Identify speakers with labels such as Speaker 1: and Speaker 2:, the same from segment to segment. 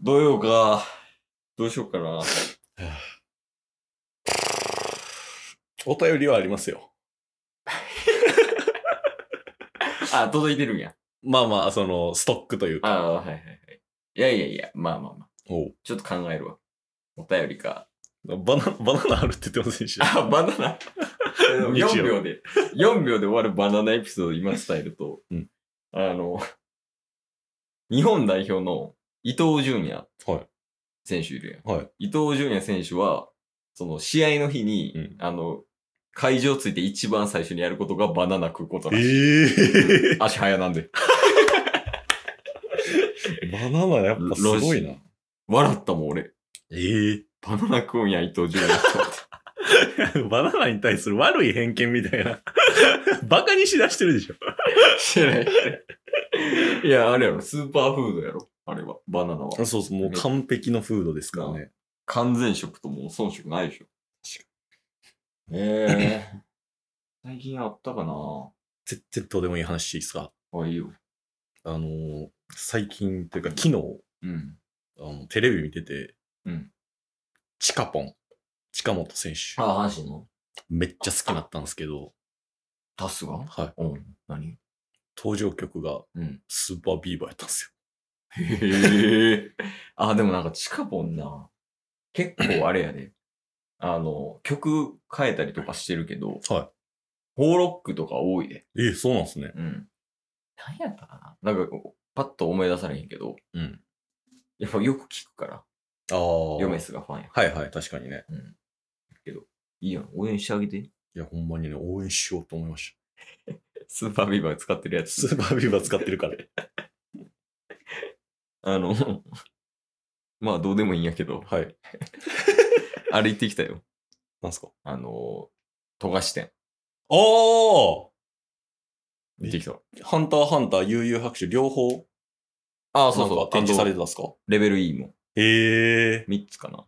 Speaker 1: どうようか。どうしようかな。
Speaker 2: お便りはありますよ。
Speaker 1: あ、届いてるんや。
Speaker 2: まあまあ、その、ストックというか。
Speaker 1: ああ、はいはいはい。いやいやいや、まあまあまあ。
Speaker 2: おう
Speaker 1: ちょっと考えるわ。お便りか。
Speaker 2: バナバナナあるって言ってませんでした。
Speaker 1: あ、バナナ。
Speaker 2: 日曜
Speaker 1: 4秒で、4秒で終わるバナナエピソード今伝えると、
Speaker 2: うん
Speaker 1: あの、日本代表の伊東純也
Speaker 2: はい
Speaker 1: 選手いるやん。
Speaker 2: はい。
Speaker 1: 伊東純也選手は、その試合の日に、
Speaker 2: うん
Speaker 1: あの、会場ついて一番最初にやることがバナナ食うことらしい。
Speaker 2: ええ
Speaker 1: 足早なんで。
Speaker 2: バナナやっぱすごいな。
Speaker 1: 笑ったもん俺。
Speaker 2: え
Speaker 1: バナナ食うんや、伊藤純也と思って。
Speaker 2: え バナナに対する悪い偏見みたいな。 バカにしだしてるでしょ。
Speaker 1: してない。 いや、あれやろ、スーパーフードやろ。あれは、バナナは。
Speaker 2: そうそう、もう完璧のフードですからね。
Speaker 1: 完全食ともう遜色ないでしょ。ええ 最近あったかな
Speaker 2: 絶対どうでもいい話していいですか
Speaker 1: あ、いいよ。
Speaker 2: あのー最近というか昨日、
Speaker 1: うん。
Speaker 2: あのテレビ見てて、
Speaker 1: うん
Speaker 2: チカポン、近本選手、
Speaker 1: あ、阪神の
Speaker 2: めっちゃ好きになったんですけど、
Speaker 1: タスが
Speaker 2: はい、
Speaker 1: うん。何
Speaker 2: 登場曲が
Speaker 1: うん
Speaker 2: スーパービーバーやったんです
Speaker 1: へえ。 あ、でもなんかチカポンな。結構あれやで。あの、曲変えたりとかしてるけ ど、
Speaker 2: よ。は
Speaker 1: フォーロックとか多いで。
Speaker 2: い。ええ、そうなんですね。
Speaker 1: うん。何やったかななんか、パッと思い出されへんけど、
Speaker 2: うん。
Speaker 1: やっぱよく聞くから、
Speaker 2: ああ。
Speaker 1: ヨメスがファンや。
Speaker 2: はいはい、確かにね。
Speaker 1: いいやん、応援してあげて。
Speaker 2: いや、ほんまにね、応援しようと思いまし
Speaker 1: スーパービーバー使ってるや
Speaker 2: た。
Speaker 1: つ。
Speaker 2: スーパービーバー使ってるから。
Speaker 1: あの、 まあどうでもいいんやけど、
Speaker 2: はい。
Speaker 1: 歩いてきたよ。
Speaker 2: なんすか
Speaker 1: あの、富樫店。
Speaker 2: ああ
Speaker 1: 行ってきた。
Speaker 2: ハンターハンター、悠々白書、両方、
Speaker 1: ああ、
Speaker 2: な
Speaker 1: そうんそ
Speaker 2: か
Speaker 1: う。
Speaker 2: 展示され
Speaker 1: あ
Speaker 2: てたんですか
Speaker 1: のレベル E も
Speaker 2: ええ
Speaker 1: 3つかな。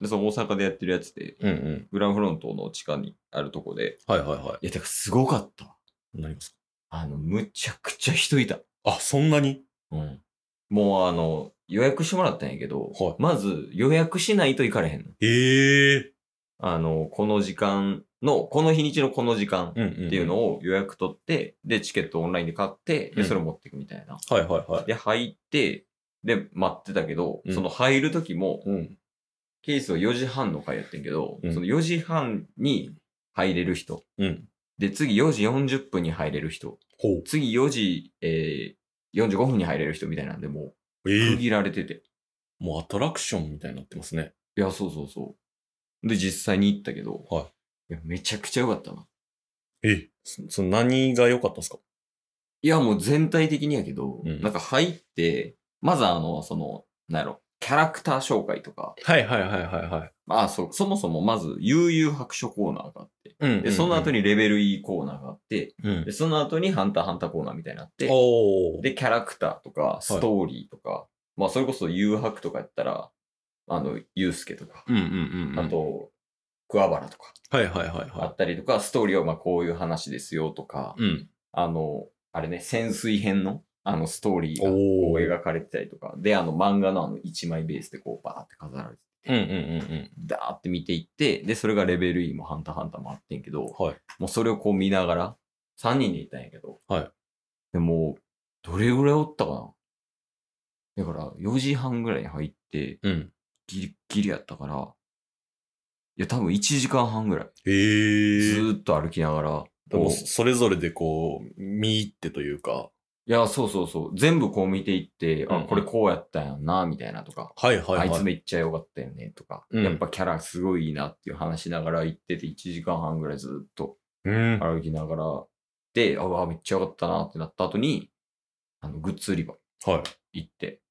Speaker 1: で、その大阪でやってるやつで、
Speaker 2: うんうん。
Speaker 1: グランフロントの地下にあるとこで。
Speaker 2: はいはいはい
Speaker 1: や、てかすごかった。
Speaker 2: い。何がですか
Speaker 1: あの、むちゃくちゃ人いた。
Speaker 2: あ、そんなに
Speaker 1: うん。もうあの、予約してもらったんやけど、
Speaker 2: はい
Speaker 1: まず予約しないと行かれへんの。
Speaker 2: ええ
Speaker 1: あの、この時間の、この日にちのこの時間
Speaker 2: うんうん。
Speaker 1: っていうのを予約取って、で、チケットオンラインで買って、
Speaker 2: う
Speaker 1: で、
Speaker 2: ん
Speaker 1: それ持っていくみたいな。
Speaker 2: はいはいはい。
Speaker 1: で、入って、で、待ってたけど、
Speaker 2: うん
Speaker 1: その入る時も、
Speaker 2: うん。
Speaker 1: ケースは4時半の回やってんけど、
Speaker 2: うん
Speaker 1: その4時半に入れる人。
Speaker 2: うん。
Speaker 1: で、次4時40分に入れる人。
Speaker 2: ほう。
Speaker 1: 次4時、えー、45分に入れる人みたいなんで、も
Speaker 2: え
Speaker 1: う
Speaker 2: え
Speaker 1: 区切られてて。
Speaker 2: もうアトラクションみたいになってますね。
Speaker 1: いや、そうそうそう。で、実際に行ったけど、
Speaker 2: はい
Speaker 1: いや、めちゃくちゃ良かったな。
Speaker 2: えそその何が良かったですか
Speaker 1: いや、もう全体的にやけど、
Speaker 2: うん
Speaker 1: なんか入って、まずあの、その、なんやろ、キャラクター紹介とか、
Speaker 2: はいはいはいはいはい。
Speaker 1: まあそう、そもそもまず、悠々白書コーナーがあって、
Speaker 2: うん
Speaker 1: で、その後
Speaker 2: に。
Speaker 1: にレベル E コーナーがあって、
Speaker 2: うん
Speaker 1: で、。その後にハンターハンターコーナーみたいになって、
Speaker 2: おー。
Speaker 1: で、キャラクターとか、ストーリーとか、まあそれこそ誘白とかやったら、あの、ゆうすけとか、
Speaker 2: うんうんうん。
Speaker 1: あ、と、桑原とか、
Speaker 2: はいはいはい
Speaker 1: あ
Speaker 2: は
Speaker 1: ったりとか、ストーリーはまあこういう話ですよとか、
Speaker 2: い。うん。
Speaker 1: あの、あれね、潜水編の、あの、ストーリーがこ
Speaker 2: お
Speaker 1: う
Speaker 2: ー。
Speaker 1: 描かれてたりとか、で、あの、漫画のあの、1枚ベースでこう、バーって飾られて、
Speaker 2: うんうんうん
Speaker 1: ダーって見ていって、で、それがレベル E もハンターハンターもあってんけど、
Speaker 2: うん。はい。
Speaker 1: もうそれをこう見ながら、3人でいたんやけど、
Speaker 2: はい。
Speaker 1: でも、どれぐらいおったかなだから、4時半ぐらいに入って、
Speaker 2: うん。
Speaker 1: ギリッギリやったから、いや、多分1時間半ぐらい、
Speaker 2: え
Speaker 1: ず
Speaker 2: ー。
Speaker 1: ーっと歩きながら、
Speaker 2: でも、
Speaker 1: こう
Speaker 2: それぞれでこう、見入ってというか。
Speaker 1: いや、そうそうそう。全部こう見ていって、
Speaker 2: うんう
Speaker 1: あ、
Speaker 2: ん
Speaker 1: これこうやったんやな、みたいなとか、
Speaker 2: はいはい
Speaker 1: あいつ
Speaker 2: はい。
Speaker 1: めっちゃ良かったよね、とか、
Speaker 2: うん
Speaker 1: やっぱキャラすごいいいなっていう話しながら行ってて、1時間半ぐらいずっと
Speaker 2: うん。
Speaker 1: 歩きながら、で、あ、うわめっちゃ良かったなってなった後に、あの、グッズ売り場
Speaker 2: は
Speaker 1: 行って、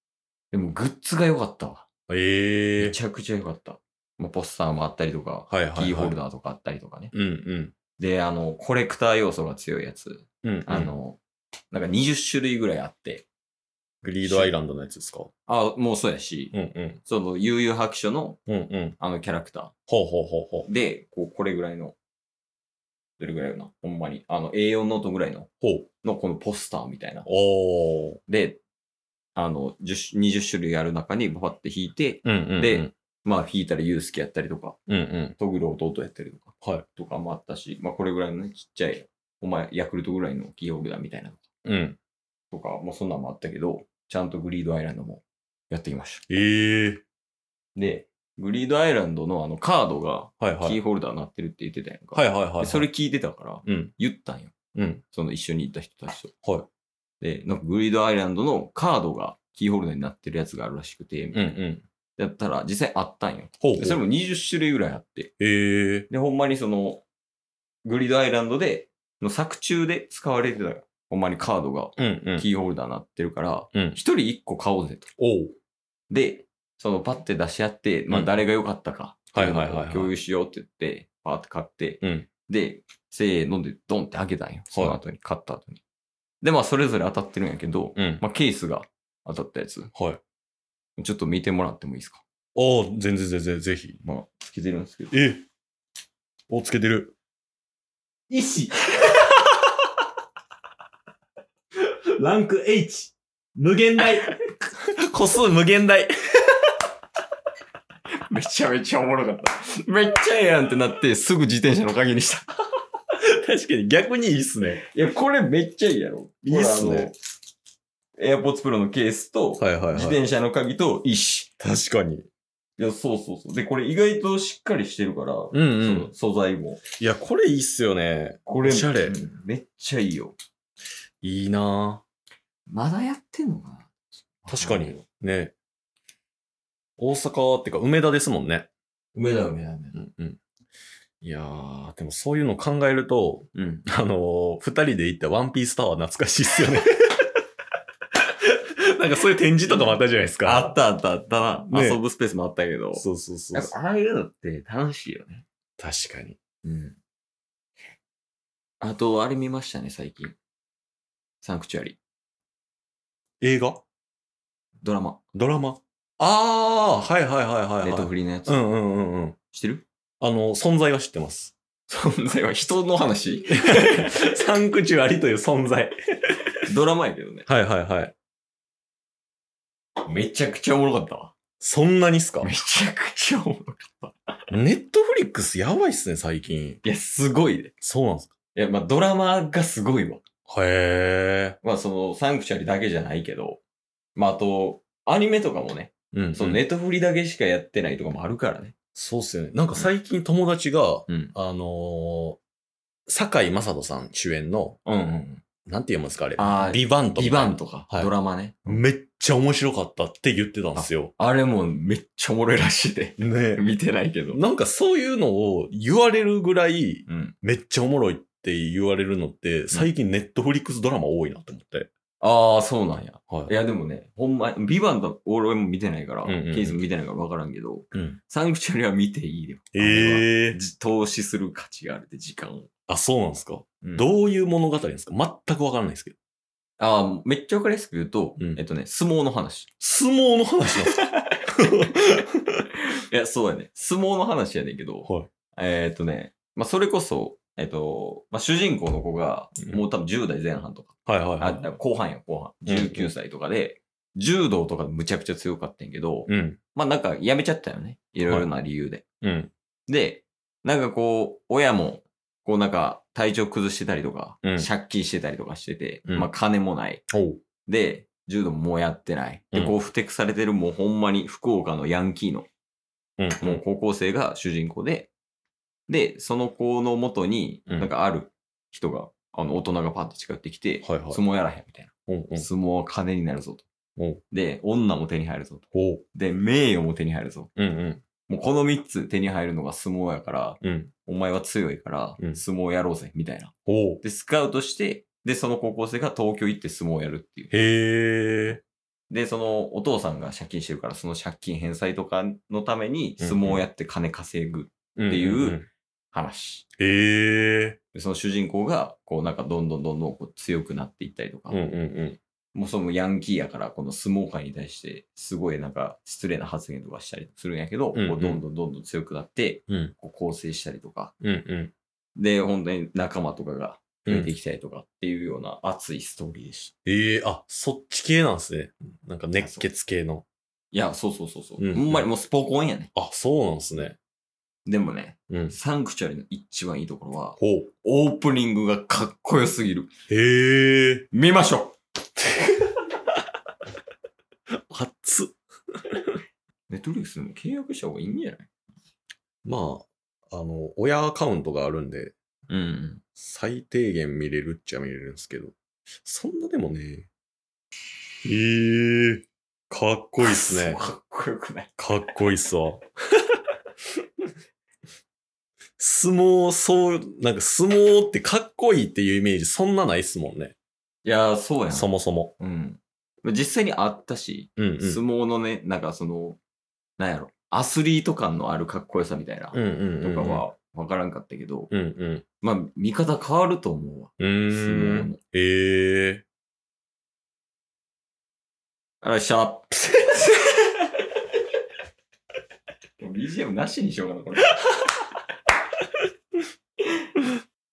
Speaker 1: でもグッズが良かったわ。
Speaker 2: い。え
Speaker 1: め
Speaker 2: ー。
Speaker 1: ちゃくちゃ良かった。もうポスターもあったりとか、
Speaker 2: はいはいはい。
Speaker 1: キーホル
Speaker 2: ー。
Speaker 1: ダーとかあったりとかね。
Speaker 2: うんうん。
Speaker 1: で、あの、コレクター要素が強いやつ、
Speaker 2: うんうん。
Speaker 1: あ、の、なんか20種類ぐらいあって、
Speaker 2: グリードアイランドのやつですか
Speaker 1: あ、もうそうやし、
Speaker 2: うんうん。
Speaker 1: その、悠々白書の、
Speaker 2: うんうん。
Speaker 1: あの、キャラクタ
Speaker 2: ほうほうほうほう
Speaker 1: ー。。で、こう、これぐらいの、どれぐらいよな、ほんまに。あの、A4 ノートぐらいの、
Speaker 2: ほう。
Speaker 1: のこのポスターみたいな。
Speaker 2: おー。
Speaker 1: で、あの、10 20種類ある中にパッて弾いて、
Speaker 2: うんうんうん。
Speaker 1: で、まあ弾いたらユースケやったりとか、
Speaker 2: うんうん。
Speaker 1: トグル弟やったりとか、
Speaker 2: はい。
Speaker 1: とかもあったし、まあこれぐらいのね、ちっちゃい、お前ヤクルトぐらいのキーホルダーみたいなの
Speaker 2: うん。
Speaker 1: とか、もうそんなんもあったけど、ちゃんとグリードアイランドもやってきました。
Speaker 2: ええ
Speaker 1: で、グリードアイランドのあのカードが
Speaker 2: はいは
Speaker 1: キー
Speaker 2: い。
Speaker 1: ホルダーになってるって言ってたやんか。
Speaker 2: はいはいはい。
Speaker 1: でそれ、聞いてたから、
Speaker 2: うん。
Speaker 1: 言ったんよ。
Speaker 2: うん。
Speaker 1: その一緒に行った人たちと。
Speaker 2: はい。
Speaker 1: で、なんかグリードアイランドのカードがキーホルダーになってるやつがあるらしくて、み
Speaker 2: う
Speaker 1: た
Speaker 2: んう
Speaker 1: いな。
Speaker 2: ん。
Speaker 1: やったら実際あったんよ。
Speaker 2: ほうほ
Speaker 1: で
Speaker 2: う。
Speaker 1: それも20種類ぐらいあって。
Speaker 2: ええ
Speaker 1: で、ほんまにその、グリードアイランドで、の作中で使われてた、ほんまにカードが
Speaker 2: うんうん。
Speaker 1: キーホルダーになってるから、
Speaker 2: うん
Speaker 1: 一人一個買おうぜと。
Speaker 2: おう。
Speaker 1: で、そのパッて出し合って、ま
Speaker 2: う
Speaker 1: あ
Speaker 2: ん
Speaker 1: 誰が良かったか、
Speaker 2: はいはいはいはい
Speaker 1: 共有しようって言って、パーって買って、
Speaker 2: うん
Speaker 1: で、せーのでドンって開けたんよ。その後に、買った後に。で、まあそれぞれ当たってるんやけど、
Speaker 2: うん。
Speaker 1: まあケースが当たったやつ、
Speaker 2: はい。
Speaker 1: ちょっと見てもらってもいいですか
Speaker 2: おう、全然全然、ぜひ。
Speaker 1: まあ、つけてるんですけど。
Speaker 2: えお、つけてる。
Speaker 1: 石
Speaker 2: ランク H。無限大。 個数無限大。
Speaker 1: めちゃめちゃおもろかった。めっちゃええやんってなって、すぐ自転車の鍵にした。
Speaker 2: 確かに逆にいいっすね。
Speaker 1: いや、これめっちゃいいやろ。
Speaker 2: いいっすね
Speaker 1: これ。あの AirPods Pro のケースと、
Speaker 2: はいはいはい。
Speaker 1: 自転車の鍵と石。
Speaker 2: 確かに。
Speaker 1: いや、そうそうそう。で、これ意外としっかりしてるから、
Speaker 2: うんう
Speaker 1: そ
Speaker 2: ん
Speaker 1: の。素材も。
Speaker 2: いや、これいいっすよね。
Speaker 1: これ
Speaker 2: おしゃれ
Speaker 1: うんめっちゃいいよ。
Speaker 2: いいな
Speaker 1: まだやってんのかな
Speaker 2: ぁ確かに。。ね。大阪ってか、梅田ですもんね。
Speaker 1: 梅だ梅だ梅
Speaker 2: うんうん。いやー、でもそういうの考えると、
Speaker 1: うん。
Speaker 2: あのー、二人で行ったワンピースタワー懐かしいっすよね。 なんかそういう展示とかもあったじゃないです
Speaker 1: あ
Speaker 2: か。
Speaker 1: ったあったあったな。
Speaker 2: ね
Speaker 1: 遊ぶスペースもあったけど。
Speaker 2: そうそうそ
Speaker 1: や
Speaker 2: う
Speaker 1: っ。ぱああいうのって楽しいよね。
Speaker 2: 確かに。
Speaker 1: うん。あと、あれ見ましたね、最近。サンクチュアリ。
Speaker 2: 映画
Speaker 1: ドラマ。
Speaker 2: ドラマあー、はいはいはいはい、はい。
Speaker 1: ネットフリのやつ。
Speaker 2: うんうんうんうん。
Speaker 1: 知ってる
Speaker 2: あの、存在は知ってます。
Speaker 1: 存在は人の話。
Speaker 2: サンクチュアリという存在。
Speaker 1: ドラマやけどね。
Speaker 2: はいはいはい。
Speaker 1: めちゃくちゃおもろかったわ。
Speaker 2: そんなにっすか
Speaker 1: めちゃくちゃおもろかった。
Speaker 2: ネットフリックスやばいっすね、最近。
Speaker 1: いや、すごいね。
Speaker 2: そうなんです
Speaker 1: いや、まあ、ドラマがすごいわ。
Speaker 2: かへ
Speaker 1: まあ、その、サンクチュアリだけじゃないけど、まあ、あと、アニメとかもね、
Speaker 2: ー。うん、
Speaker 1: その
Speaker 2: ね。
Speaker 1: ネットフリだけしかやってないとかもあるからね。
Speaker 2: そうっすよね。なんか最近友達が、
Speaker 1: うん。
Speaker 2: あのー、堺雅人さん主演の、
Speaker 1: うんうん。
Speaker 2: なんて読むんですか、あれ。
Speaker 1: あー
Speaker 2: ビバント。
Speaker 1: ビバンとか、
Speaker 2: はい
Speaker 1: ドラマね。
Speaker 2: めっちゃ面白かったって言ってたんですよ。。
Speaker 1: あれもめっちゃおもろいらしいで
Speaker 2: ね
Speaker 1: 見てないけど。
Speaker 2: なんかそういうのを言われるぐらい、
Speaker 1: うん。
Speaker 2: めっちゃおもろいって言われるのって、最近ネットフリックスドラマ多いなと思って。
Speaker 1: ああ、そうなんや。
Speaker 2: は
Speaker 1: い
Speaker 2: い
Speaker 1: や、でもね、ほんま、ビバンと俺も見てないから、
Speaker 2: うんうんうん
Speaker 1: ケースも見てないから分からんけど、
Speaker 2: うん、
Speaker 1: サンクチュアリは見ていいよ。え。
Speaker 2: ええー。
Speaker 1: じ投資する価値があるって、時間を。
Speaker 2: あ、そうなんですか。
Speaker 1: うん
Speaker 2: どういう物語なんですか全くわからないですけど。
Speaker 1: ああ、めっちゃ分かりやすく言うと、
Speaker 2: うん
Speaker 1: えっとね、相撲の話。
Speaker 2: 相撲の話なんですか
Speaker 1: いや、そうやね。相撲の話やねんけど、
Speaker 2: はい
Speaker 1: えーっ、とね、まあ、それこそ、えっ、と、まあ、主人公の子が、
Speaker 2: うん
Speaker 1: もう多分10代前半とか、
Speaker 2: はいはいは
Speaker 1: あ
Speaker 2: い。
Speaker 1: 後半や、後
Speaker 2: うん
Speaker 1: 半。19歳とかで、柔道とかでむちゃくちゃ強かったんやけど、
Speaker 2: うん。
Speaker 1: まあ、なんかやめちゃったよね。いろいろな理由で。
Speaker 2: うん。
Speaker 1: で、なんかこう、親も、こうなんか体調崩してたりとか、
Speaker 2: うん
Speaker 1: 借金してたりとかしてて、
Speaker 2: うん
Speaker 1: まあ金もない。
Speaker 2: おう。
Speaker 1: で、柔道ももうやってない。
Speaker 2: う
Speaker 1: で、
Speaker 2: ん
Speaker 1: こう、ふてくされてる、もうほんまに福岡のヤンキーの
Speaker 2: うん。
Speaker 1: もう高校生が主人公で、で、その子のもとに、
Speaker 2: うん
Speaker 1: なんかある人が、あの、大人がパッと近寄ってきて、
Speaker 2: はいはい。
Speaker 1: 相撲やらへんみたい
Speaker 2: うんうん
Speaker 1: な。相撲は金になるぞと。
Speaker 2: おう。
Speaker 1: で、女も手に入るぞと。
Speaker 2: おう。
Speaker 1: で、名誉も手に入るぞ。
Speaker 2: うんうん。
Speaker 1: もうこの3つ手に入るのが相撲やから、
Speaker 2: うん。
Speaker 1: お前は強いから
Speaker 2: う、ん
Speaker 1: 相撲やろうぜ、みたいな。
Speaker 2: おう。
Speaker 1: で、スカウトして、で、その高校生が東京行って相撲をやるっていう。
Speaker 2: へえ。
Speaker 1: で、そのお父さんが借金してるから、その借金返済とかのために相撲をやって金稼ぐ
Speaker 2: って
Speaker 1: いう。話。
Speaker 2: へえ。
Speaker 1: でその主人公が、こうなんかどんどんどんどんこう強くなっていったりとか、
Speaker 2: うんうんうん。
Speaker 1: もうそのヤンキーやから、この相撲界に対して、すごいなんか失礼な発言とかしたりするんやけど、
Speaker 2: うんうん
Speaker 1: こうどんどんどんどん強くなって、
Speaker 2: うん
Speaker 1: こう構成したりとか、
Speaker 2: うんうん。
Speaker 1: で、本当に仲間とかが、増えていきたいとかっていうような熱いストーリーでした。
Speaker 2: ええあ、そっち系なんですね。なんか熱血系の。
Speaker 1: いや、そうそうそうそう。
Speaker 2: うん
Speaker 1: ほんまにもうスポコンやね。
Speaker 2: あ、そうなんですね。
Speaker 1: でもね、
Speaker 2: うん。
Speaker 1: サンクチュアリの一番いいところは、
Speaker 2: ほう。
Speaker 1: オープニングがかっこよすぎる。
Speaker 2: へえ。
Speaker 1: 見ましょ
Speaker 2: 熱っ。
Speaker 1: うネットフリックスでも契約した方がいいんじゃない
Speaker 2: まあ、あの、親アカウントがあるんで、
Speaker 1: うん。
Speaker 2: 最低限見れるっちゃ見れるんですけど、そんなでもね。ええかっこいいっす ね。
Speaker 1: かっこよくない
Speaker 2: かっこいいっすわ。相撲、そう、なんか相撲ってかっこいいっていうイメージそんなないっすもんね。
Speaker 1: いやー、そうやん。
Speaker 2: そもそも。
Speaker 1: うん。実際にあったし、
Speaker 2: うんうん。
Speaker 1: 相撲のね、なんかその、なんやろ、アスリート感のあるかっこよさみたいな、
Speaker 2: うんうんうんう
Speaker 1: と
Speaker 2: ん
Speaker 1: かは分からんかったけど、
Speaker 2: うんうん。
Speaker 1: まあ、見方変わると思うわ。
Speaker 2: う
Speaker 1: 相
Speaker 2: ー
Speaker 1: 撲
Speaker 2: ん
Speaker 1: の。
Speaker 2: ええ
Speaker 1: あらっしゃ。 もう BGM なしにしようかな、これ。